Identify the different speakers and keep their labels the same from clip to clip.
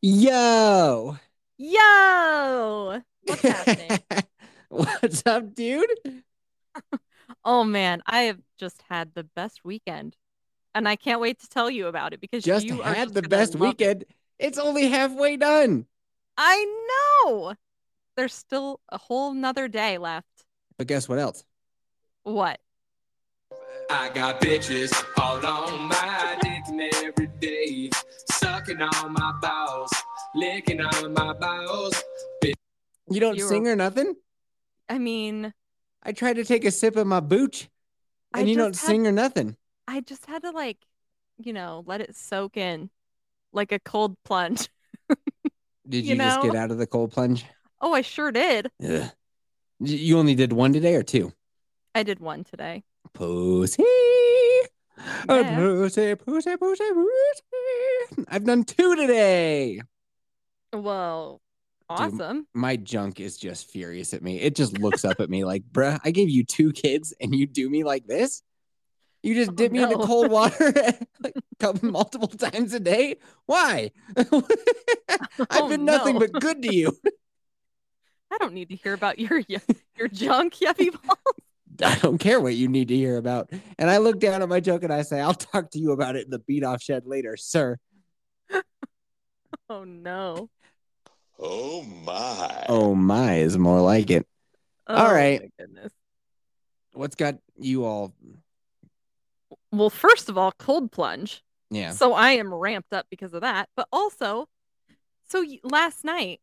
Speaker 1: Yo,
Speaker 2: Yo, what's happening?
Speaker 1: what's up, dude?
Speaker 2: oh man, I have just had the best weekend, and I can't wait to tell you about it because
Speaker 1: Just
Speaker 2: you are
Speaker 1: had
Speaker 2: just
Speaker 1: the
Speaker 2: gonna
Speaker 1: best
Speaker 2: love it.
Speaker 1: weekend. It's only halfway done,
Speaker 2: I know. There's still a whole nother day left.
Speaker 1: but guess what else?
Speaker 2: What?
Speaker 3: I got bitches all on Oh, my dick and every day, sucking on my bowels, licking on my bowels.
Speaker 1: You don't
Speaker 2: You were-
Speaker 1: sing or nothing.
Speaker 2: I mean,
Speaker 1: I tried to take a sip of my booch,
Speaker 2: I
Speaker 1: and you
Speaker 2: just
Speaker 1: don't
Speaker 2: had-
Speaker 1: sing or nothing.
Speaker 2: I just had to like, you know, let it soak in, like a cold plunge.
Speaker 1: Did you,
Speaker 2: You
Speaker 1: just
Speaker 2: know?
Speaker 1: get out of the cold plunge?
Speaker 2: Oh, I sure did.
Speaker 1: Ugh. Y- You only did one today or two?
Speaker 2: I did one today.
Speaker 1: Pussy. Oh,
Speaker 2: Yeah.
Speaker 1: pussy, pussy, pussy, pussy. I've done two today.
Speaker 2: Well,
Speaker 1: Dude,
Speaker 2: awesome.
Speaker 1: my junk is just furious at me. It just looks up at me like, bruh, I gave you two kids and you do me like this. You just
Speaker 2: Oh,
Speaker 1: dip me in the
Speaker 2: no.
Speaker 1: cold water like couple- multiple times a day. Why? I've
Speaker 2: Oh,
Speaker 1: been nothing
Speaker 2: no.
Speaker 1: but good to you.
Speaker 2: I don't need to hear about your your junk, yuppie ball.
Speaker 1: I don't care what you need to hear about. And I look down at my junk and I say, I'll talk to you about it in the beat off shed later, sir.
Speaker 2: Oh no.
Speaker 3: Oh
Speaker 2: Uh,
Speaker 3: my.
Speaker 1: Oh my is more like it. All
Speaker 2: Oh,
Speaker 1: right.
Speaker 2: my goodness.
Speaker 1: What's got you all?
Speaker 2: Well, first of all, cold plunge.
Speaker 1: Yeah.
Speaker 2: So I am ramped up because of that. But also, so y- last night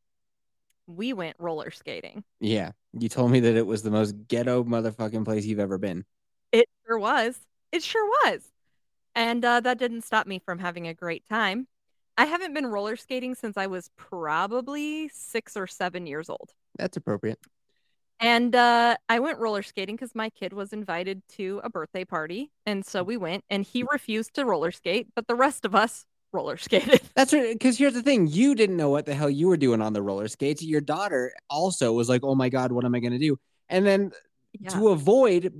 Speaker 2: we went roller skating.
Speaker 1: Yeah. You told me that it was the most ghetto motherfucking place you've ever been.
Speaker 2: It sure was. It sure was. And uh, that didn't stop me from having a great time. I haven't been roller skating since I was probably six or seven years old.
Speaker 1: That's appropriate.
Speaker 2: And uh, I went roller skating because my kid was invited to a birthday party. And so we went, and he refused to roller skate, but the rest of us roller skated.
Speaker 1: That's right. Because here's the thing: you didn't know what the hell you were doing on the roller skates. Your daughter also was like, "Oh my god, what am I going to do?" And then
Speaker 2: Yeah.
Speaker 1: to avoid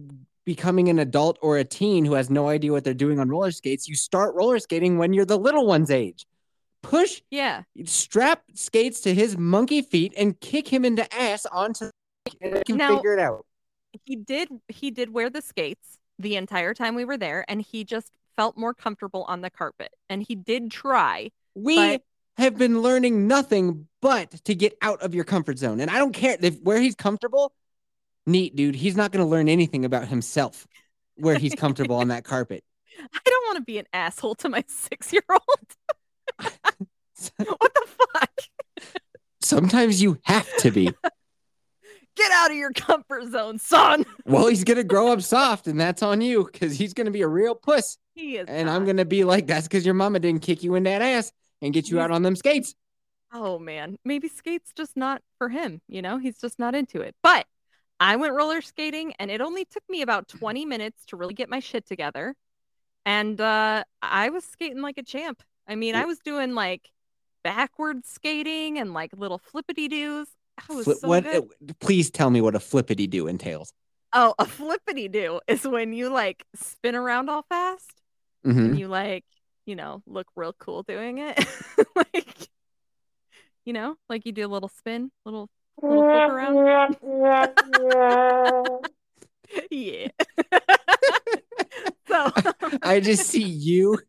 Speaker 1: becoming an adult or a teen who has no idea what they're doing on roller skates, you start roller skating when you're the little one's age. Push,
Speaker 2: Yeah.
Speaker 1: strap skates to his monkey feet and kick him into ass onto. the bike, And I can
Speaker 2: Now-
Speaker 1: figure it out.
Speaker 2: He did he did wear the skates the entire time we were there and he just felt more comfortable on the carpet. And he did try.
Speaker 1: We
Speaker 2: But-
Speaker 1: have been learning nothing but to get out of your comfort zone. And I don't care if where he's comfortable, neat, dude. He's not going to learn anything about himself where he's comfortable on that carpet.
Speaker 2: I don't want to be an asshole to my six year old. what the fuck?
Speaker 1: Sometimes you have to be.
Speaker 2: Get out of your comfort zone, son.
Speaker 1: Well, he's going to grow up soft, and that's on you because he's going to be a real puss.
Speaker 2: He is
Speaker 1: And
Speaker 2: not.
Speaker 1: I'm going to be like, that's because your mama didn't kick you in that ass and get you out on them skates.
Speaker 2: Oh man, maybe skate's just not for him, you know? He's just not into it. But I went roller skating and it only took me about 20 minutes to really get my shit together. And uh I was skating like a champ. I mean, I was doing like backward skating and like little flippity doos. I was
Speaker 1: Flip-
Speaker 2: so
Speaker 1: what,
Speaker 2: good.
Speaker 1: please tell me what a flippity do entails.
Speaker 2: Oh, a flippity do is when you like spin around all fast
Speaker 1: Mhm.
Speaker 2: and you like, you know, look real cool doing it. like you know, like you do a little spin, little little flip around. yeah. so
Speaker 1: I just see you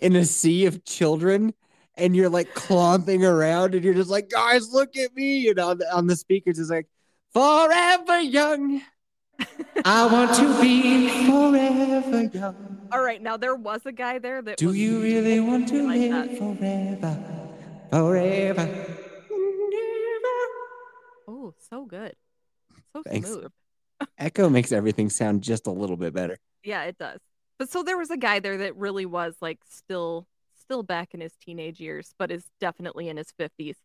Speaker 1: in a sea of children, and you're like clomping around, and you're just like, guys, look at me. And on the, on the speakers, it's like, forever young. I want to be forever young.
Speaker 2: all right, now there was a guy there that
Speaker 1: Do
Speaker 2: was
Speaker 1: you really want to
Speaker 2: like
Speaker 1: live
Speaker 2: that.
Speaker 1: forever? Forever.
Speaker 2: Oh, so good. So
Speaker 1: Thanks.
Speaker 2: smooth.
Speaker 1: Echo makes everything sound just a little bit better.
Speaker 2: Yeah, it does. But so there was a guy there that really was like still still back in his teenage years, but is definitely in his 50s.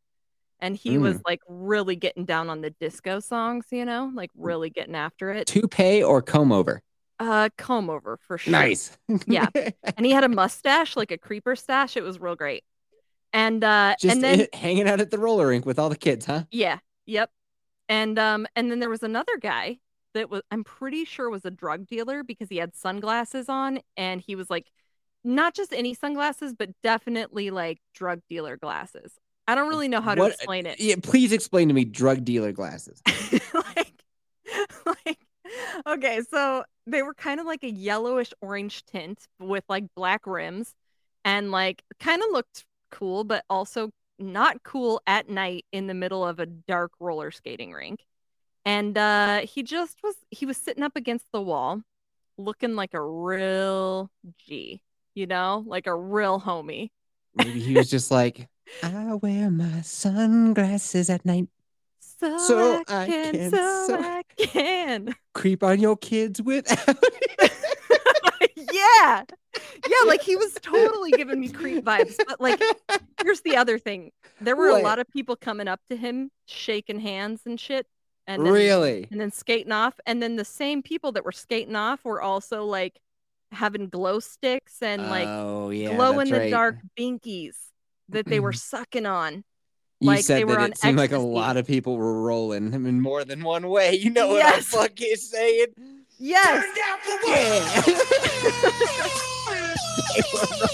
Speaker 2: And he was
Speaker 1: Mm.
Speaker 2: like really getting down on the disco songs, you know, like
Speaker 1: Mm.
Speaker 2: really getting after it.
Speaker 1: Toupee or comb over?
Speaker 2: Uh comb over for sure.
Speaker 1: Nice.
Speaker 2: Yeah. And he had a mustache, like a creeper stash. It was real great. And uh
Speaker 1: just
Speaker 2: and then
Speaker 1: hanging out at the roller rink with all the kids, huh?
Speaker 2: yeah, yep. And um and then there was another guy that was I'm pretty sure was a drug dealer because he had sunglasses on and he was like not just any sunglasses, but definitely like drug dealer glasses. I don't really know how to
Speaker 1: What-
Speaker 2: explain it.
Speaker 1: Yeah, please explain to me drug dealer glasses.
Speaker 2: like, like, okay, so they were kind of like a yellowish orange tint with like black rims and like kind of looked cool, but also not cool at night in the middle of a dark roller skating rink. And uh, he just was, he was sitting up against the wall looking like a real G, you know, like a real homie.
Speaker 1: Maybe he was just like, I wear my sunglasses at night,
Speaker 2: So,
Speaker 1: So
Speaker 2: I,
Speaker 1: I
Speaker 2: can,
Speaker 1: can,
Speaker 2: so,
Speaker 1: so-
Speaker 2: I can.
Speaker 1: creep on your kids without.
Speaker 2: yeah. Yeah, like he was totally giving me creep vibes. But like here's the other thing. There were
Speaker 1: What?
Speaker 2: a lot of people coming up to him, shaking hands and shit. And then,
Speaker 1: really?
Speaker 2: and then skating off. And then the same people that were skating off were also like having glow sticks and like
Speaker 1: oh, yeah,
Speaker 2: glow
Speaker 1: that's
Speaker 2: in the
Speaker 1: right. Mm-hmm.
Speaker 2: dark binkies that they were sucking on.
Speaker 1: You
Speaker 2: like,
Speaker 1: said
Speaker 2: they were
Speaker 1: that
Speaker 2: on
Speaker 1: it seemed like a
Speaker 2: ecstasy.
Speaker 1: lot of people were rolling him in more than one way. You know what I'm
Speaker 2: Yes.
Speaker 1: fucking saying?
Speaker 2: Yes.
Speaker 3: Turn down for
Speaker 1: Yeah.
Speaker 3: what?
Speaker 1: They were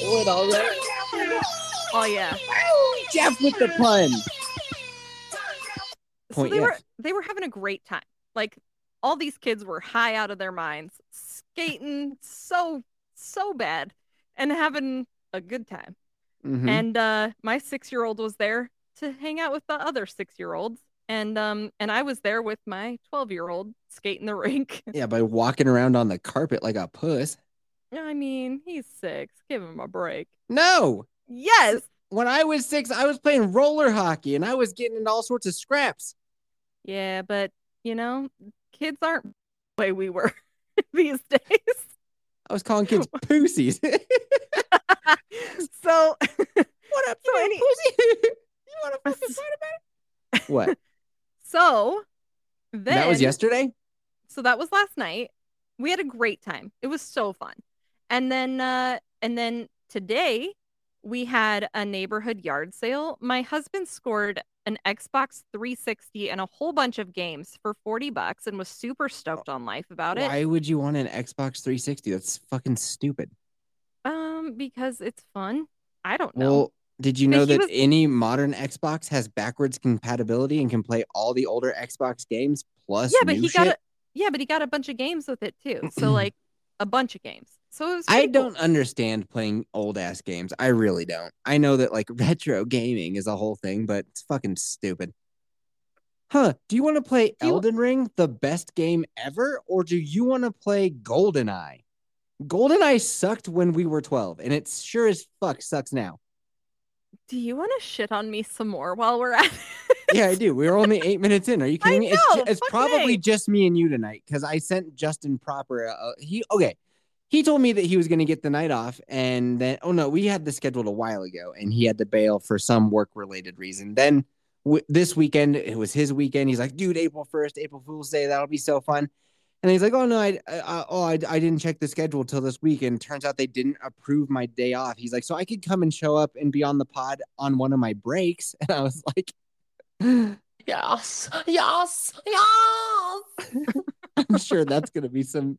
Speaker 1: rolling all
Speaker 3: Turn
Speaker 1: over.
Speaker 3: down for what?
Speaker 2: Oh yeah.
Speaker 1: Jeff with the pun. Point
Speaker 2: so they were
Speaker 1: yes.
Speaker 2: they were having a great time. Like all these kids were high out of their minds, skating so so bad and having a good time.
Speaker 1: Mhm.
Speaker 2: And uh my 6-year-old was there to hang out with the other 6-year-olds and um and I was there with my 12-year-old skating the rink.
Speaker 1: yeah, by walking around on the carpet like a puss.
Speaker 2: I mean, he's 6. Give him a break.
Speaker 1: No.
Speaker 2: Yes.
Speaker 1: When I was six, I was playing roller hockey and I was getting in all sorts of scraps.
Speaker 2: Yeah, but you know, kids aren't the way we were these days.
Speaker 1: I was calling kids pussies.
Speaker 2: so
Speaker 1: what up,
Speaker 2: So
Speaker 1: you
Speaker 2: any-
Speaker 1: pussy? you want to fucking
Speaker 2: s-
Speaker 1: fight about it? What?
Speaker 2: So then
Speaker 1: that was yesterday?
Speaker 2: So that was last night. We had a great time. It was so fun. And then uh and then today we had a neighborhood yard sale. My husband scored an Xbox 360 and a whole bunch of games for 40 bucks and was super stoked on life about it.
Speaker 1: Why would you want an Xbox 360? That's fucking stupid.
Speaker 2: Um because it's fun. I don't know.
Speaker 1: Well, did you
Speaker 2: But
Speaker 1: know
Speaker 2: he
Speaker 1: that
Speaker 2: was-
Speaker 1: any modern Xbox has backwards compatibility and can play all the older Xbox games plus
Speaker 2: yeah, but
Speaker 1: new
Speaker 2: he
Speaker 1: shit?
Speaker 2: got a, yeah, but he got a bunch of games with it too. So like a bunch of games. So it was
Speaker 1: I
Speaker 2: pretty cool.
Speaker 1: don't understand playing old ass games. I really don't. I know that like retro gaming is a whole thing, but it's fucking stupid. Huh? Do you want to play
Speaker 2: Do you-
Speaker 1: Elden Ring, the best game ever, or do you want to play GoldenEye? GoldenEye sucked when we were 12, and it sure as fuck sucks now.
Speaker 2: Do you want to shit on me some more while we're at it?
Speaker 1: Yeah, I do. We are only eight minutes in. Are you kidding me? It's,
Speaker 2: know,
Speaker 1: ju- it's
Speaker 2: fuck
Speaker 1: probably
Speaker 2: me.
Speaker 1: just me and you tonight because I sent Justin Proper. Uh, he okay. He told me that he was going to get the night off, and then oh no, we had this scheduled a while ago, and he had to bail for some work related reason. Then w- this weekend it was his weekend. He's like, dude, April first, April Fool's Day, that'll be so fun. And he's like, oh no, I, I I- oh I, I didn't check the schedule till this week, and turns out they didn't approve my day off. He's like, so I could come and show up and be on the pod on one of my breaks, and I was like.
Speaker 3: Yes, yes, yes.
Speaker 1: I'm sure that's going to be some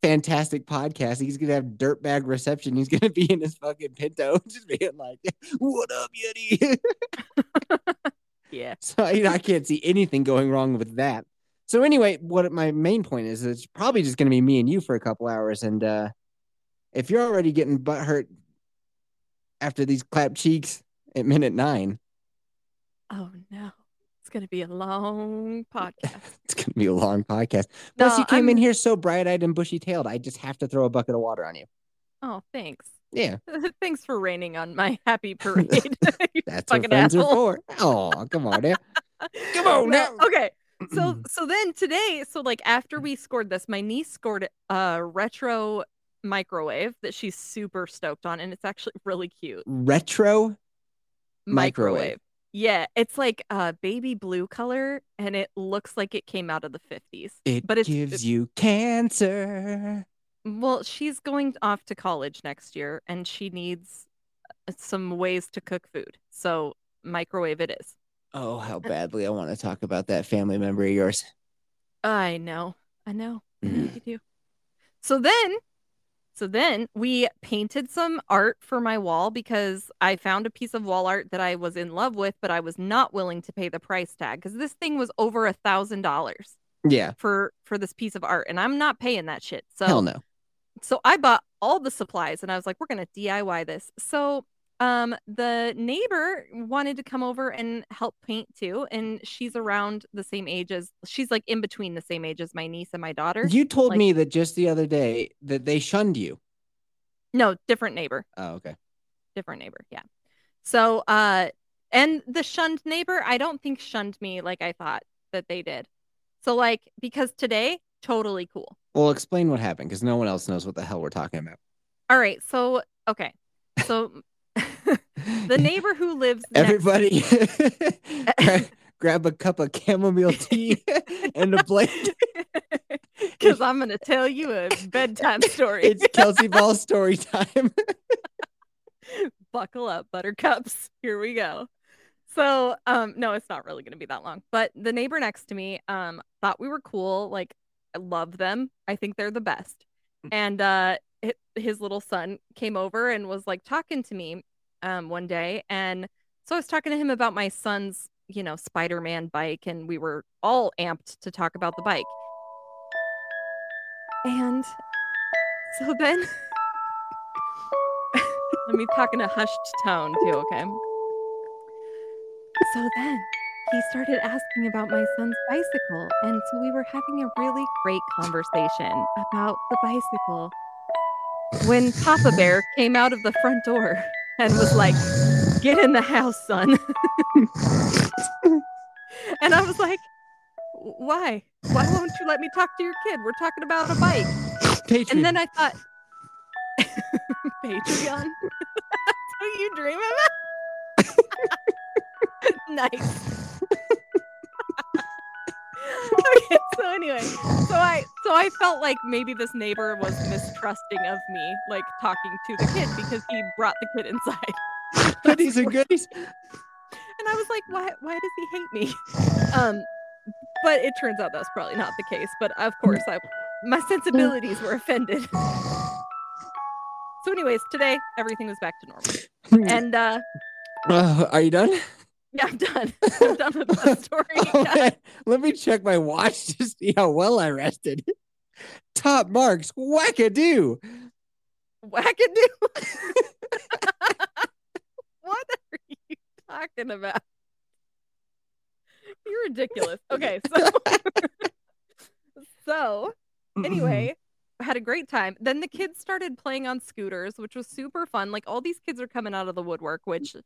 Speaker 1: fantastic podcast. He's going to have dirtbag reception. He's going to be in his fucking pinto, just being like, "What up, Yeti?"
Speaker 2: Yeah.
Speaker 1: so you know, I can't see anything going wrong with that. So anyway, what my main point is, it's probably just going to be me and you for a couple hours, and uh, if you're already getting butt hurt after these clap cheeks at minute nine,
Speaker 2: Oh no. It's gonna be a long podcast.
Speaker 1: it's going to be a long podcast. Plus,
Speaker 2: No,
Speaker 1: you came in
Speaker 2: I'm-
Speaker 1: here so bright-eyed and bushy-tailed. I just have to throw a bucket of water on you.
Speaker 2: Oh, thanks.
Speaker 1: Yeah.
Speaker 2: thanks for raining on my happy parade. You
Speaker 1: That's what
Speaker 2: fucking
Speaker 1: friends
Speaker 2: asshole.
Speaker 1: are for. Oh, come on, um, now. Come
Speaker 2: No,
Speaker 1: on now.
Speaker 2: Okay. So so then today, so like after we scored this, my niece scored a retro microwave that she's super stoked on, and it's actually really cute.
Speaker 1: Retro. Microwave.
Speaker 2: Yeah, it's like a baby blue color, and it looks like it came out of the fifties.
Speaker 1: It
Speaker 2: But it's-
Speaker 1: gives
Speaker 2: it's-
Speaker 1: you cancer.
Speaker 2: Well, she's going off to college next year and she needs uh, some ways to cook food. So, microwave it is.
Speaker 1: Oh, how badly I want to talk about that family member of yours.
Speaker 2: I know. I know. I know
Speaker 1: Mm.
Speaker 2: you do. So then So then we painted some art for my wall because I found a piece of wall art that I was in love with, but I was not willing to pay the price tag because this thing was over a thousand dollars
Speaker 1: Yeah.
Speaker 2: for for this piece of art, and I'm not paying that shit. So
Speaker 1: Hell no.
Speaker 2: so I bought all the supplies and I was like, we're gonna DIY this. So um the neighbor wanted to come over and help paint too. And she's around the same age as she's like in between the same age as my niece and my daughter.
Speaker 1: You told
Speaker 2: Like-
Speaker 1: me that just the other day that they shunned you.
Speaker 2: no, different neighbor.
Speaker 1: Oh, okay.
Speaker 2: Different neighbor. Yeah. So uh and the shunned neighbor, I don't think shunned me like I thought that they did. So like because today, totally cool.
Speaker 1: Well, explain what happened because no one else knows what the hell we're talking about.
Speaker 2: All right. So, okay. So the neighbor who lives next-
Speaker 1: Everybody, gra- grab a cup of chamomile tea and a blanket.
Speaker 2: because I'm going to tell you a bedtime story.
Speaker 1: It's Kelsey Ball story time.
Speaker 2: Buckle up, buttercups. Here we go. So, um, no, it's not really going to be that long. But the neighbor next to me um, thought we were cool. Like, I love them. I think they're the best. And uh, hi- his little son came over and was like talking to me um, one day. And so I was talking to him about my son's, you know, Spider Man bike. And we were all amped to talk about the bike. And so then let me talk in a hushed tone too, okay? So then he started asking about my son's bicycle. And so we were having a really great conversation about the bicycle when Papa Bear came out of the front door and was like, Get in the house, son. and I was like, Why? Why won't you let me talk to your kid? We're talking about a bike.
Speaker 1: Patreon.
Speaker 2: And then I thought, Patreon. That's what you dream about. nice. okay, so anyway, so I so I felt like maybe this neighbor was mistrusting of me, like talking to the kid because he brought the kid inside,
Speaker 1: goodies and goodies.
Speaker 2: and I was like, why why does he hate me? Um, but it turns out that's probably not the case. But of course, I my sensibilities were offended. So, anyways, today everything was back to normal.
Speaker 1: Hmm.
Speaker 2: And uh
Speaker 1: Uh, are you done?
Speaker 2: yeah, I'm done. I'm done with the story.
Speaker 1: Oh, man. Let me check my watch to see how well I rested. Top marks, wackadoo.
Speaker 2: Wackadoo. what are you talking about? You're ridiculous. Okay, so so anyway, I had a great time. Then the kids started playing on scooters, which was super fun. Like all these kids are coming out of the woodwork, which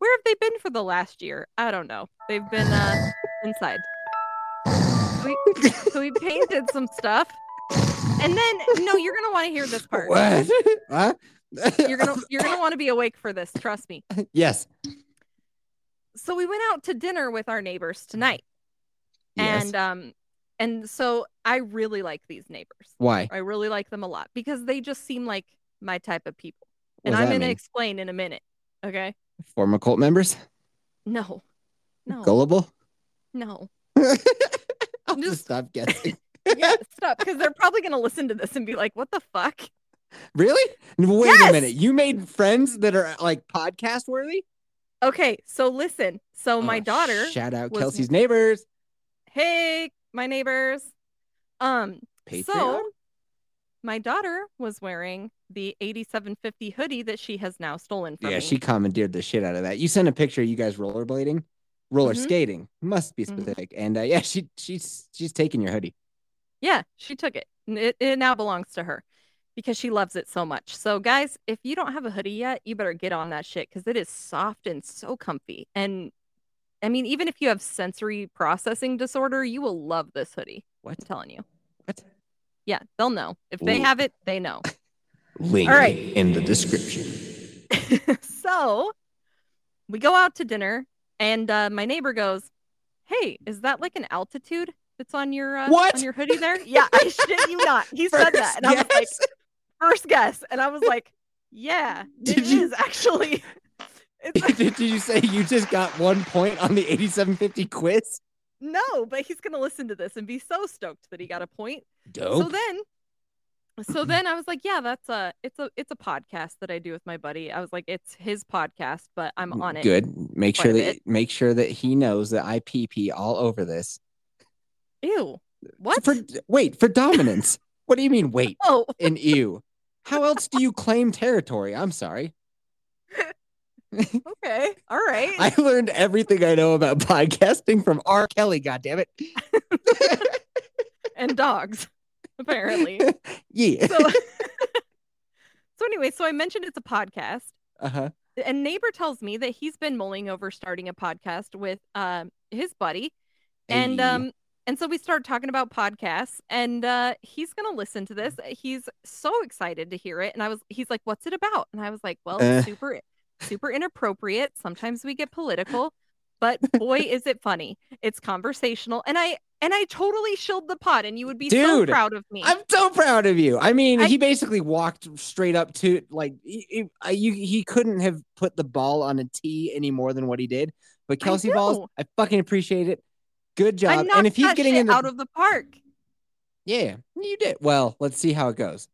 Speaker 2: where have they been for the last year? I don't know. They've been uh inside. We, so we painted some stuff. And then no, you're gonna want to hear this part.
Speaker 1: What? Huh?
Speaker 2: You're gonna you're gonna want to be awake for this, trust me.
Speaker 1: yes.
Speaker 2: So we went out to dinner with our neighbors tonight.
Speaker 1: Yes.
Speaker 2: And um and so I really like these neighbors.
Speaker 1: Why?
Speaker 2: I really like them a lot because they just seem like my type of people.
Speaker 1: What
Speaker 2: and
Speaker 1: does
Speaker 2: I'm
Speaker 1: that
Speaker 2: going to
Speaker 1: mean?
Speaker 2: explain in a minute. Okay.
Speaker 1: Former cult members?
Speaker 2: No. No.
Speaker 1: Gullible?
Speaker 2: No.
Speaker 1: I'll just,
Speaker 2: Just-
Speaker 1: stop guessing.
Speaker 2: Yeah, stop. Because they're probably going to listen to this and be like, what the fuck?
Speaker 1: really? Wait a
Speaker 2: Yes!
Speaker 1: minute. You made friends that are like podcast worthy?
Speaker 2: Okay. So listen.
Speaker 1: Oh,
Speaker 2: So my daughter,
Speaker 1: Shout out
Speaker 2: was-
Speaker 1: Kelsey's neighbors.
Speaker 2: hey, my neighbors. Um,
Speaker 1: Patreon.
Speaker 2: so my daughter was wearing the 8750 hoodie that she has now stolen from
Speaker 1: yeah,
Speaker 2: me.
Speaker 1: she commandeered the shit out of that. You sent a picture of you guys rollerblading, roller
Speaker 2: Mhm.
Speaker 1: skating. Must be
Speaker 2: Mhm.
Speaker 1: specific. And uh, yeah, she she's she's taking your hoodie.
Speaker 2: Yeah, she took it. and It, it now belongs to her because she loves it so much. So, guys, if you don't have a hoodie yet, you better get on that shit because it is soft and so comfy. And I mean, even if you have sensory processing disorder, you will love this hoodie.
Speaker 1: What?
Speaker 2: I'm telling you.
Speaker 1: What?
Speaker 2: Yeah, they'll know. If they
Speaker 1: Ooh.
Speaker 2: have it, they know.
Speaker 1: Link
Speaker 2: All right.
Speaker 1: in the description.
Speaker 2: so we go out to dinner, and uh, my neighbor goes, Hey, is that like an altitude that's on your uh,
Speaker 1: What?
Speaker 2: on your hoodie there? Yeah, I shit you not. He said that, and I was like, first guess and i was like yeah it
Speaker 1: Did
Speaker 2: is
Speaker 1: you-
Speaker 2: actually
Speaker 1: did,
Speaker 2: it's
Speaker 1: did you say you just got one point on the 8750 quiz?
Speaker 2: no but he's gonna listen to this and be so stoked that he got a point so
Speaker 1: Dope.
Speaker 2: then so then I was like, yeah, that's a it's a it's a podcast that I do with my buddy. I was like, it's his podcast, but I'm on it.
Speaker 1: Good. Make
Speaker 2: quite
Speaker 1: sure
Speaker 2: a
Speaker 1: that make sure that he knows that I PP all over this.
Speaker 2: Ew. What?
Speaker 1: For wait, for dominance. what do you mean wait
Speaker 2: oh,
Speaker 1: and ew? How else do you claim territory? I'm sorry.
Speaker 2: okay. All right.
Speaker 1: I learned everything I know about podcasting from R. Kelly, goddammit.
Speaker 2: and dogs, apparently.
Speaker 1: Yeah.
Speaker 2: So So anyway, so I mentioned it's a podcast.
Speaker 1: Uh-huh.
Speaker 2: and neighbor tells me that he's been mulling over starting a podcast with um his buddy and
Speaker 1: Hey.
Speaker 2: um and so we started talking about podcasts and uh he's gonna listen to this he's so excited to hear it and i was he's like what's it about and i was like well
Speaker 1: Uh.
Speaker 2: it's super super inappropriate sometimes we get political but boy is it funny it's conversational and i and i totally shilled the pot and you would be so
Speaker 1: Dude,
Speaker 2: proud of me
Speaker 1: I'm so proud of you. I mean,
Speaker 2: I-
Speaker 1: he basically walked straight up to like he, he- I- you. He couldn't have put the ball on a tee any more than what he did. But
Speaker 2: I
Speaker 1: Kelsey balls,
Speaker 2: know.
Speaker 1: I fucking appreciate it. Good
Speaker 2: I
Speaker 1: job.
Speaker 2: knocked
Speaker 1: And if he's
Speaker 2: that
Speaker 1: getting
Speaker 2: shit
Speaker 1: into
Speaker 2: out of the park
Speaker 1: yeah, you did well. Let's see how it goes.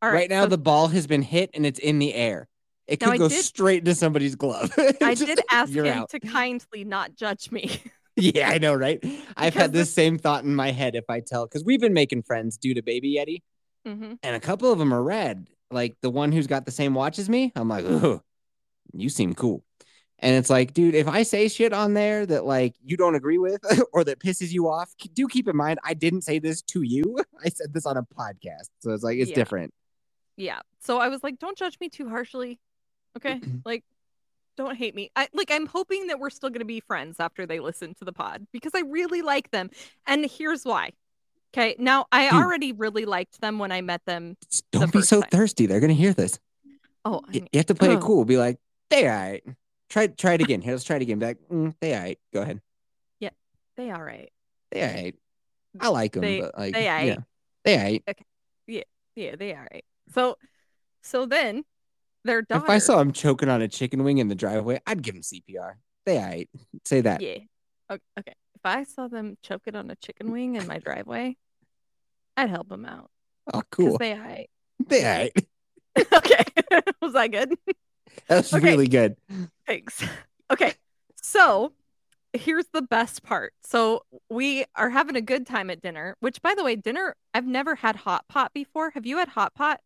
Speaker 2: all
Speaker 1: Right,
Speaker 2: right,
Speaker 1: now,
Speaker 2: so
Speaker 1: the ball has been hit and it's in the air. It
Speaker 2: Now,
Speaker 1: could
Speaker 2: I
Speaker 1: go
Speaker 2: did-
Speaker 1: straight into somebody's glove.
Speaker 2: I
Speaker 1: Just-
Speaker 2: did ask
Speaker 1: you're
Speaker 2: him
Speaker 1: out.
Speaker 2: to kindly not judge me.
Speaker 1: Yeah, I know, right? I've
Speaker 2: Because
Speaker 1: had this same thought in my head. If I tell, because we've been making friends due to Baby Yeti.
Speaker 2: hmm
Speaker 1: and a couple of them are red. Like the one who's got the same watch as me, I'm like, Ugh, you seem cool. And it's like, dude, if I say shit on there that like you don't agree with or that pisses you off, k- do keep in mind I didn't say this to you. I said this on a podcast, so it's like it's
Speaker 2: Yeah.
Speaker 1: different.
Speaker 2: Yeah. So I was like, don't judge me too harshly. Okay. like, don't hate me. I like I'm hoping that we're still gonna be friends after they listen to the pod because I really like them. And here's why. Okay. Now I
Speaker 1: Dude.
Speaker 2: already really liked them when I met them.
Speaker 1: Just don't be
Speaker 2: first
Speaker 1: so
Speaker 2: time.
Speaker 1: thirsty. They're gonna hear this.
Speaker 2: Oh, I
Speaker 1: You
Speaker 2: mean,
Speaker 1: you have to play
Speaker 2: Oh.
Speaker 1: it cool. Be like, they all right. Try try it again. Here, let's try it again. Be like, mm, they all right. Go ahead.
Speaker 2: they all right.
Speaker 1: They all right. I like them.
Speaker 2: They-
Speaker 1: but like,
Speaker 2: they all right.
Speaker 1: yeah. They all right.
Speaker 2: Yeah, they all right. So so then their daughter.
Speaker 1: If I saw him choking on a chicken wing in the driveway, I'd give him CPR. They aight. Say that.
Speaker 2: Yeah. Okay. okay. If I saw them choke it on a chicken wing in my driveway, I'd help them out.
Speaker 1: Oh,
Speaker 2: 'cause
Speaker 1: cool.
Speaker 2: They all right.
Speaker 1: They aight.
Speaker 2: okay. Was that good?
Speaker 1: That's
Speaker 2: Okay.
Speaker 1: really good.
Speaker 2: Thanks. Okay. So here's the best part. So we are having a good time at dinner, which by the way, dinner, I've never had hot pot before. Have you had hot pot?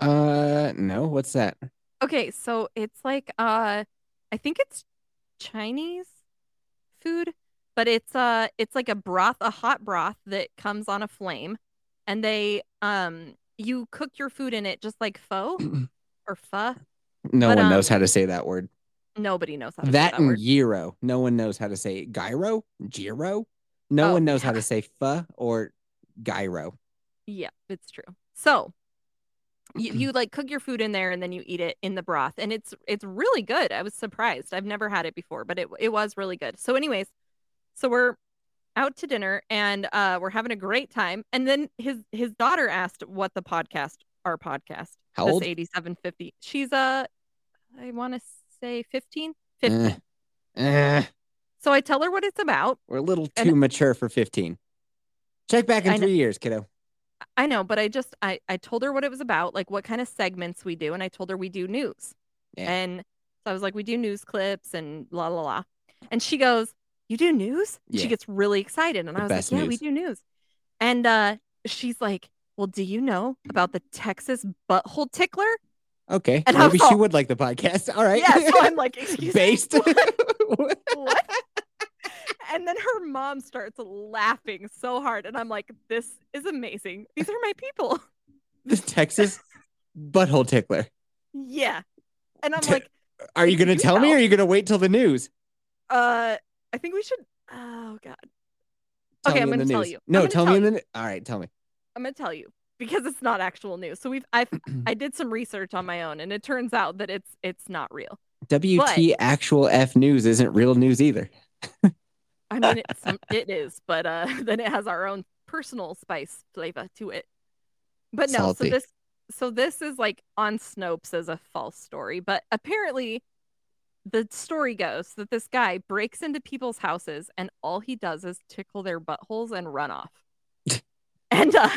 Speaker 1: Uh, no, what's that?
Speaker 2: Okay, so it's like uh I think it's Chinese food, but it's uh it's like a broth, a hot broth that comes on a flame and they um you cook your food in it just like pho or pho.
Speaker 1: No
Speaker 2: But,
Speaker 1: one
Speaker 2: um,
Speaker 1: knows how to say that word.
Speaker 2: Nobody knows how to say
Speaker 1: That, and
Speaker 2: word.
Speaker 1: gyro. No one knows how to say it. gyro. Gyro. No
Speaker 2: Oh,
Speaker 1: one knows how to say pho or gyro.
Speaker 2: Yeah, it's true. So you,
Speaker 1: Mm.
Speaker 2: you like cook your food in there and then you eat it in the broth and it's it's really good. I was surprised. I've never had it before, but it it was really good. So anyways, so we're out to dinner and uh we're having a great time and then his his daughter asked what the podcast our podcast
Speaker 1: How
Speaker 2: this
Speaker 1: old?
Speaker 2: 8750. She's uh I want to say 15. 15.
Speaker 1: Eh. Eh.
Speaker 2: So I tell her what it's about.
Speaker 1: We're a little too
Speaker 2: And-
Speaker 1: mature for 15. Check back in
Speaker 2: I know.
Speaker 1: three years, kiddo.
Speaker 2: I know, but I just I I told her what it was about, like what kind of segments we do, and I told her we do news.
Speaker 1: Yeah.
Speaker 2: And so I was like, we do news clips and la la la. And she goes, You do news? And She
Speaker 1: Yeah.
Speaker 2: gets really excited. And
Speaker 1: The
Speaker 2: I was like,
Speaker 1: best
Speaker 2: Yeah, we
Speaker 1: news.
Speaker 2: do news. And uh she's like, Well, do you know about the Texas butthole tickler?
Speaker 1: Okay.
Speaker 2: And I
Speaker 1: Maybe
Speaker 2: thought-
Speaker 1: she would like the podcast. All right.
Speaker 2: Yeah. So I'm like, excuse me,
Speaker 1: Based.
Speaker 2: what? and then her mom starts laughing so hard. And I'm like, This is amazing. These are my people.
Speaker 1: the Texas butthole tickler.
Speaker 2: yeah. And I'm
Speaker 1: Dude.
Speaker 2: like,
Speaker 1: Are you going to
Speaker 2: You
Speaker 1: tell me or
Speaker 2: know.
Speaker 1: are you going to wait till the news?
Speaker 2: Uh, I think we should. Oh God.
Speaker 1: Tell me
Speaker 2: okay, I'm
Speaker 1: in
Speaker 2: gonna
Speaker 1: the
Speaker 2: tell
Speaker 1: news.
Speaker 2: you. I'm
Speaker 1: No,
Speaker 2: gonna
Speaker 1: tell
Speaker 2: tell
Speaker 1: me in the. ne- All right, tell me.
Speaker 2: I'm gonna tell you because it's not actual news. So we've I've I did some research on my own, and it turns out that it's it's not real.
Speaker 1: WT actual F news isn't real news either.
Speaker 2: I mean, it's some, it is, but uh, then it has our own personal spice flavor to it. But no,
Speaker 1: Salty.
Speaker 2: so this so this is like on Snopes as a false story, but apparently. The story goes that this guy breaks into people's houses and all he does is tickle their buttholes and run off. and uh,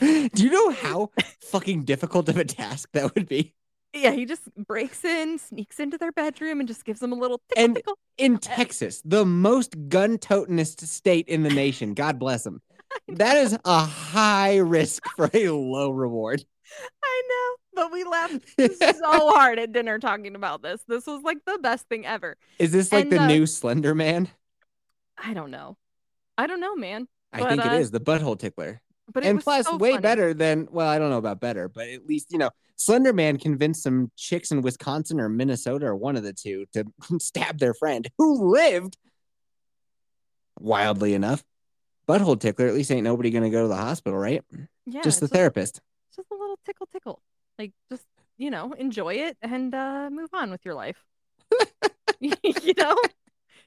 Speaker 1: Do you know how fucking difficult of a task that would be?
Speaker 2: Yeah, he just breaks in, sneaks into their bedroom, and just gives them a little tickle.
Speaker 1: And-
Speaker 2: tickle.
Speaker 1: In Texas, the most gun totingest state in the nation. God bless them. That is a high risk for a low reward.
Speaker 2: I know, but we laughed so hard at dinner talking about this. This was like the best thing ever.
Speaker 1: Is this like
Speaker 2: And,
Speaker 1: the
Speaker 2: uh,
Speaker 1: new Slender Man?
Speaker 2: I don't know. I don't know, man.
Speaker 1: I
Speaker 2: but,
Speaker 1: think
Speaker 2: uh,
Speaker 1: it is the butthole tickler.
Speaker 2: But it
Speaker 1: and
Speaker 2: was
Speaker 1: plus,
Speaker 2: so
Speaker 1: way
Speaker 2: funny.
Speaker 1: better than well, I don't know about better, but at least you know, Slender Man convinced some chicks in Wisconsin or Minnesota or one of the two to stab their friend who lived. Wildly enough, butthole tickler. At least ain't nobody gonna go to the hospital, right?
Speaker 2: Yeah,
Speaker 1: Just the
Speaker 2: it's a-
Speaker 1: therapist.
Speaker 2: it's just a little tickle, tickle. Like just you know, enjoy it and uh, move on with your life. you know,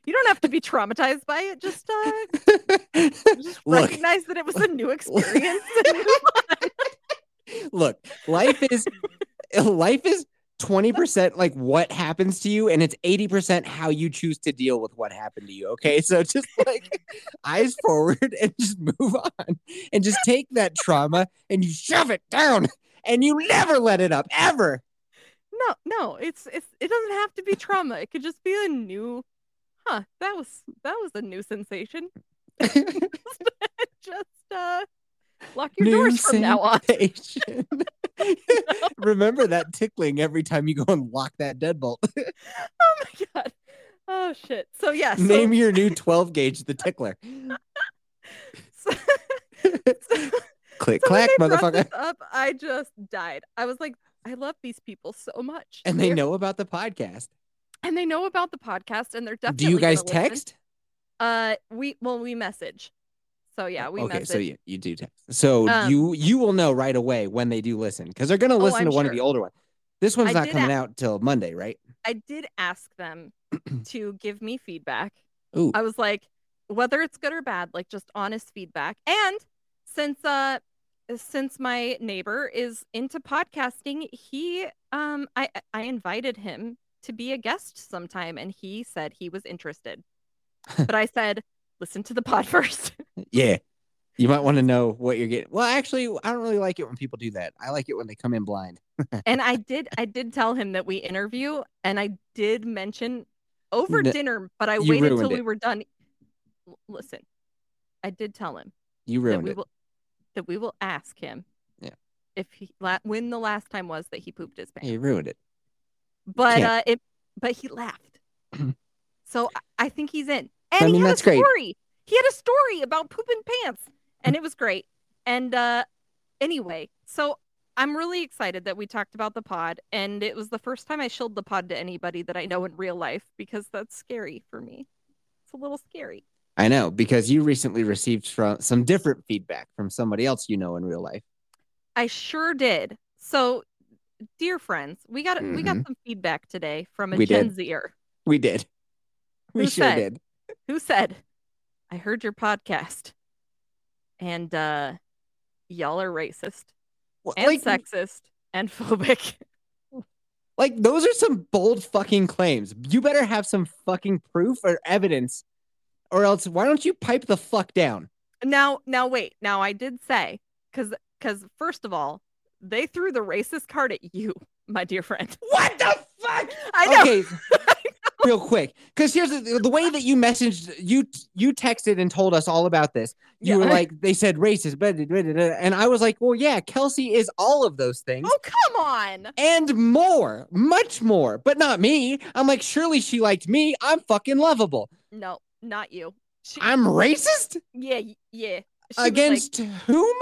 Speaker 2: you don't have to be traumatized by it. Just uh, just
Speaker 1: Look.
Speaker 2: recognize that it was a new
Speaker 1: Look.
Speaker 2: experience.
Speaker 1: Look, life is life is twenty percent like what happens to you, and it's eighty percent how you choose to deal with what happened to you. Okay, so just like eyes forward and just move on, and just take that trauma and you shove it down, and you never let it up ever.
Speaker 2: no, no, it's it's it doesn't have to be trauma. It could just be a new. Huh, that was that was a new sensation. Just uh, lock your
Speaker 1: New
Speaker 2: doors from now on.
Speaker 1: sensation. Remember that tickling every time you go and lock that deadbolt.
Speaker 2: Oh my god. Oh shit. So yeah. So,
Speaker 1: Name your new 12 gauge the tickler.
Speaker 2: so- so-
Speaker 1: Click
Speaker 2: So when
Speaker 1: clack,
Speaker 2: they brought
Speaker 1: motherfucker.
Speaker 2: this Up, I just died. I was like, I love these people so much,
Speaker 1: and they
Speaker 2: They're-
Speaker 1: know about the podcast.
Speaker 2: and they know about the podcast, and they're
Speaker 1: Do
Speaker 2: definitely.
Speaker 1: you
Speaker 2: gonna
Speaker 1: guys
Speaker 2: listen.
Speaker 1: text?
Speaker 2: Uh, we well, we message. So yeah, we
Speaker 1: okay,
Speaker 2: message.
Speaker 1: so you, you do text. So
Speaker 2: Um, Oh,
Speaker 1: you you will know right away when they do listen because they're gonna listen to
Speaker 2: I'm
Speaker 1: one of
Speaker 2: sure.
Speaker 1: the older ones. This one's
Speaker 2: I
Speaker 1: not
Speaker 2: did
Speaker 1: coming out till Monday, right?
Speaker 2: I did ask them to give me feedback.
Speaker 1: Ooh,
Speaker 2: I was like, whether it's good or bad, like just honest feedback. And since uh since my neighbor is into podcasting, he um I I invited him to be a guest sometime and he said he was interested. but I said, listen to the pod first.
Speaker 1: yeah. You might want to know what you're getting. Well, actually, I don't really like it when people do that. I like it when they come in blind.
Speaker 2: and I did I did tell him that we interview and I did mention over
Speaker 1: No,
Speaker 2: dinner, but I
Speaker 1: you
Speaker 2: waited till
Speaker 1: ruined
Speaker 2: we
Speaker 1: it.
Speaker 2: were done. L- Listen, I did tell him.
Speaker 1: You
Speaker 2: that
Speaker 1: ruined
Speaker 2: we
Speaker 1: it.
Speaker 2: will that we will ask him
Speaker 1: Yeah.
Speaker 2: if he la- when the last time was that he pooped his pants
Speaker 1: You ruined it.
Speaker 2: but
Speaker 1: can't.
Speaker 2: uh it but he laughed so I, I think he's in and
Speaker 1: mean,
Speaker 2: he had
Speaker 1: that's
Speaker 2: a
Speaker 1: great.
Speaker 2: story he had a story about pooping pants and it was great and uh anyway so i'm really excited that we talked about the pod and it was the first time i shilled the pod to anybody that i know in real life because that's scary for me it's a little scary
Speaker 1: I know because you recently received from some different feedback from somebody else you know in real life.
Speaker 2: I sure did. So, dear friends, we got we got some feedback today from a
Speaker 1: Mm-hmm. We
Speaker 2: Gen
Speaker 1: did.
Speaker 2: Zer
Speaker 1: We did. We
Speaker 2: Who
Speaker 1: sure
Speaker 2: said?
Speaker 1: did.
Speaker 2: who said, "I heard your podcast, and uh, y'all are racist
Speaker 1: Well,
Speaker 2: and sexist and phobic."
Speaker 1: Like those are some bold fucking claims. You better have some fucking proof or evidence, or else why don't you pipe the fuck down?
Speaker 2: now, now wait. Now I did say because because first of all, they threw the racist card at you, my dear friend.
Speaker 1: What the fuck?
Speaker 2: I know.
Speaker 1: Okay, real quick, because here's the, the way that you messaged you you texted and told us all about this. You
Speaker 2: Yeah.
Speaker 1: were like they said racist, blah, blah, blah, blah, blah, and I was like, well, yeah, Kelsey is all of those things.
Speaker 2: "Oh come on."
Speaker 1: And more, much more, but not me. I'm like, surely she liked me. I'm fucking lovable.
Speaker 2: No, not you. She,
Speaker 1: I'm racist
Speaker 2: yeah, y- yeah. She was like,
Speaker 1: against whom?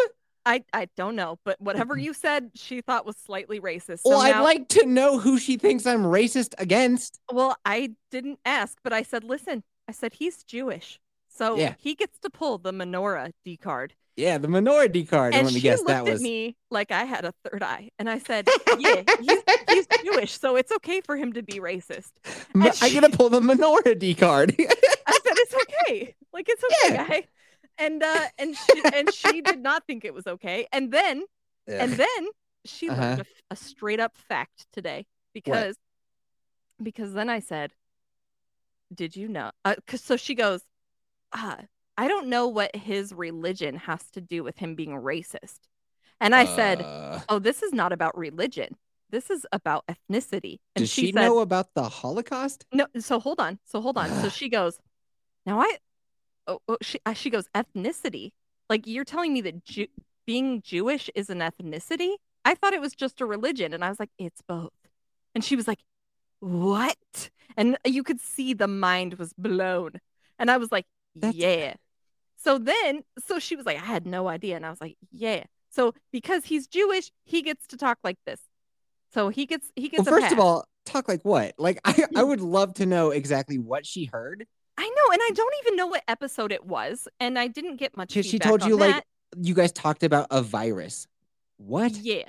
Speaker 2: I, I don't know, but whatever you said, she thought was slightly racist. So
Speaker 1: well, I'd
Speaker 2: now-
Speaker 1: like to know who she thinks I'm racist against.
Speaker 2: well, I didn't ask, but I said, listen, I said he's Jewish, so
Speaker 1: Yeah.
Speaker 2: he gets to pull the menorah D card.
Speaker 1: Yeah, the minority card.
Speaker 2: and
Speaker 1: let me
Speaker 2: she
Speaker 1: guess
Speaker 2: looked
Speaker 1: that was.
Speaker 2: at me like I had a third eye, and I said, yeah, he's, he's Jewish, so it's okay for him to be racist.
Speaker 1: M-
Speaker 2: and
Speaker 1: I
Speaker 2: she-
Speaker 1: gotta pull the minority card.
Speaker 2: I said it's okay, like it's okay,
Speaker 1: Yeah.
Speaker 2: guy. And uh, and she and she did not think it was okay. And then and then she learned
Speaker 1: Uh-huh.
Speaker 2: a, f- a straight up fact today because uh, because then I said, "Did you know?" Because so she goes, "Ah, I don't know what his religion has to do with him being racist. And I said,
Speaker 1: Uh,
Speaker 2: Oh, this is not about religion. This is about ethnicity. And
Speaker 1: Does she,
Speaker 2: said,
Speaker 1: know about the Holocaust?
Speaker 2: No, so hold on. So hold on. So she goes, now I, oh, oh she, uh, she goes, ethnicity. Like you're telling me that Jew- being Jewish is an ethnicity? I thought it was just a religion. And I was like, it's both. And she was like, what? And you could see the mind was blown. And I was like,
Speaker 1: That's-
Speaker 2: yeah. So then, so she was like, I had no idea. And I was like, yeah. So because he's Jewish, he gets to talk like this. So he gets, he
Speaker 1: Well,
Speaker 2: gets, a
Speaker 1: first of
Speaker 2: pass.
Speaker 1: all, talk like what? Like I, I would love to know exactly what she heard.
Speaker 2: I know, and I don't even know what episode it was, and I didn't get much.
Speaker 1: 'Cause she
Speaker 2: feedback
Speaker 1: told
Speaker 2: on
Speaker 1: you, like,
Speaker 2: that.
Speaker 1: You guys talked about a virus. What?
Speaker 2: yeah,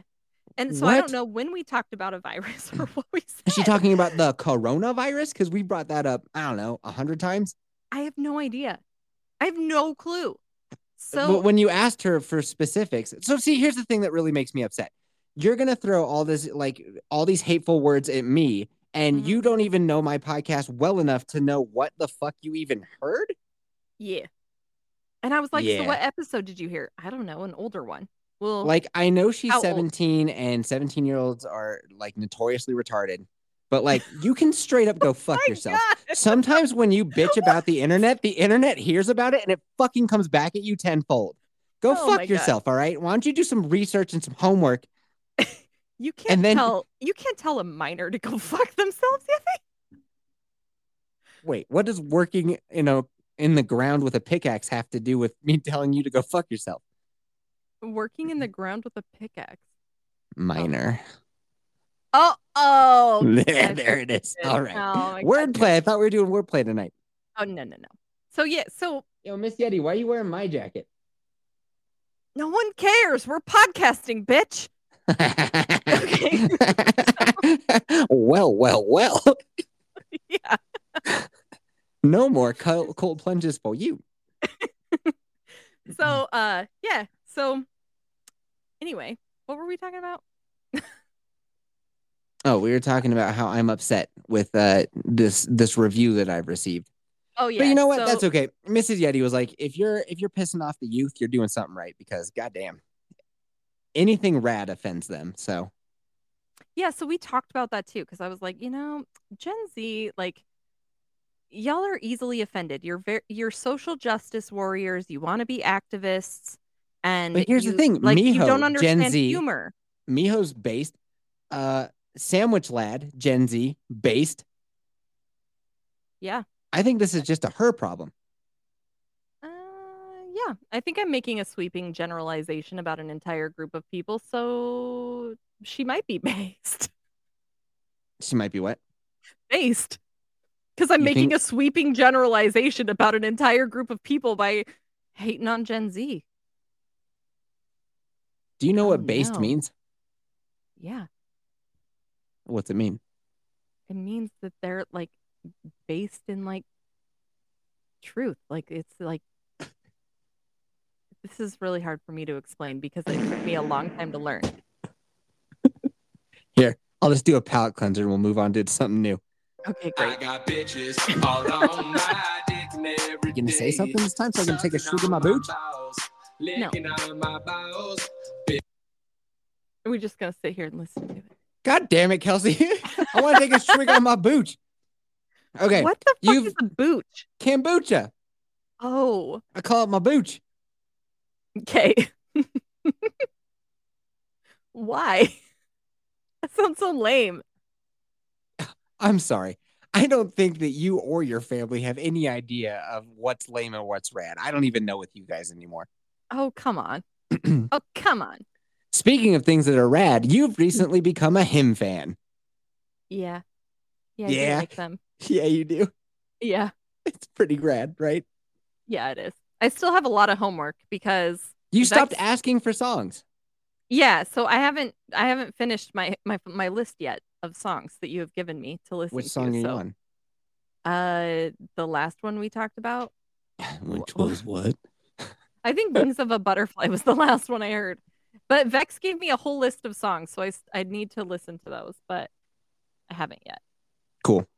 Speaker 2: and so I
Speaker 1: What?
Speaker 2: don't know when we talked about a virus or what we said.
Speaker 1: Is she talking about the coronavirus? Because we brought that up, I don't know, a hundred times.
Speaker 2: I have no idea. I have no clue. So
Speaker 1: Uh, but when you asked her for specifics, so see, here's the thing that really makes me upset. You're gonna throw all this, like all these hateful words at me, and
Speaker 2: Mm-hmm.
Speaker 1: you don't even know my podcast well enough to know what the fuck you even heard.
Speaker 2: yeah, and I was like,
Speaker 1: Yeah.
Speaker 2: so what episode did you hear? I don't know, an older one. Well,
Speaker 1: Like I know she's
Speaker 2: How old?
Speaker 1: 17, and 17 year olds are like notoriously retarded, but like you can straight up go fuck
Speaker 2: Oh my
Speaker 1: yourself.
Speaker 2: God.
Speaker 1: Sometimes when you bitch about the internet, the internet hears about it and it fucking comes back at you tenfold. Go
Speaker 2: Oh my
Speaker 1: fuck
Speaker 2: God.
Speaker 1: yourself, all right? Why don't you do some research and some homework?
Speaker 2: you can't
Speaker 1: then-
Speaker 2: tell you can't tell a minor to go fuck themselves. Yeah,
Speaker 1: Wait, what does working in a in the ground with a pickaxe have to do with me telling you to go fuck yourself?
Speaker 2: working in the ground with a pickaxe.
Speaker 1: Minor.
Speaker 2: Oh, oh,
Speaker 1: there, there it is. Mm. All right.
Speaker 2: Oh, my God.
Speaker 1: Wordplay. I thought we were doing wordplay tonight.
Speaker 2: Oh no, no, no. So yeah, so
Speaker 1: Yo, Miss Yeti, why are you wearing my jacket?
Speaker 2: No one cares. We're podcasting, bitch. Okay.
Speaker 1: well, well, well.
Speaker 2: Yeah.
Speaker 1: No more cold, cold plunges for you.
Speaker 2: So, uh, yeah. So, anyway, what were we talking about?
Speaker 1: Oh, we were talking about how I'm upset with uh, this this review that I've received.
Speaker 2: Oh yeah.
Speaker 1: but you know what?
Speaker 2: so-
Speaker 1: That's okay. Mrs. Yeti was like, if you're if you're pissing off the youth, you're doing something right because goddamn, anything rad offends them. So
Speaker 2: yeah. So we talked about that too because I was like, you know, Gen Z, like, y'all are easily offended. You're very, you're social justice warriors. You want to be activists, and
Speaker 1: But here's the
Speaker 2: you-
Speaker 1: thing,
Speaker 2: like, you
Speaker 1: Miho,
Speaker 2: don't
Speaker 1: Gen
Speaker 2: understand
Speaker 1: Z-
Speaker 2: humor.
Speaker 1: Miho's based, uh, Sandwich Lad Gen Z based.
Speaker 2: Yeah.
Speaker 1: I think this is just a her problem.
Speaker 2: Uh, yeah, I think I'm making a sweeping generalization about an entire group of people, so she might be based.
Speaker 1: She might be what?
Speaker 2: based because I'm
Speaker 1: You
Speaker 2: making
Speaker 1: think-
Speaker 2: a sweeping generalization about an entire group of people by hating on Gen Z.
Speaker 1: Do you know
Speaker 2: Oh,
Speaker 1: what based
Speaker 2: no.
Speaker 1: means?
Speaker 2: Yeah,
Speaker 1: What's it mean?
Speaker 2: it means that they're like based in like truth. Like it's like this is really hard for me to explain because it took me a long time to learn.
Speaker 1: I'll just do a palate cleanser and we'll move on to something new.
Speaker 2: Okay,
Speaker 3: I
Speaker 2: great.
Speaker 3: got bitches all on my dick and every
Speaker 1: You gonna say
Speaker 3: day.
Speaker 1: something this time so I can take a shit in my boot?
Speaker 3: Licking on my bowels.
Speaker 2: Are we just gonna sit here and listen to it?
Speaker 1: God damn it, Kelsey. I want to take a swig on my boot. Okay,
Speaker 2: What the fuck
Speaker 1: you've-
Speaker 2: is a booch?
Speaker 1: kombucha.
Speaker 2: Oh,
Speaker 1: I call it my booch.
Speaker 2: okay. Why? That sounds so lame.
Speaker 1: I'm sorry. I don't think that you or your family have any idea of what's lame and what's rad. I don't even know with you guys anymore.
Speaker 2: Oh, come on. oh, come on.
Speaker 1: Speaking of things that are rad, you've recently become a him fan.
Speaker 2: Yeah. Yeah. I do
Speaker 1: Yeah.
Speaker 2: like them.
Speaker 1: Yeah, you do.
Speaker 2: Yeah.
Speaker 1: It's pretty rad, right?
Speaker 2: Yeah, it is. I still have a lot of homework because
Speaker 1: You
Speaker 2: That's-
Speaker 1: stopped asking for songs.
Speaker 2: yeah, so I haven't I haven't finished my my my list yet of songs that you have given me to listen
Speaker 1: Which
Speaker 2: to.
Speaker 1: song are you
Speaker 2: so,
Speaker 1: on?
Speaker 2: Uh the last one we talked about.
Speaker 1: Which was what?
Speaker 2: I think Wings of a Butterfly was the last one I heard. But Vex gave me a whole list of songs, so I s- I need to listen to those, but I haven't yet.
Speaker 1: Cool.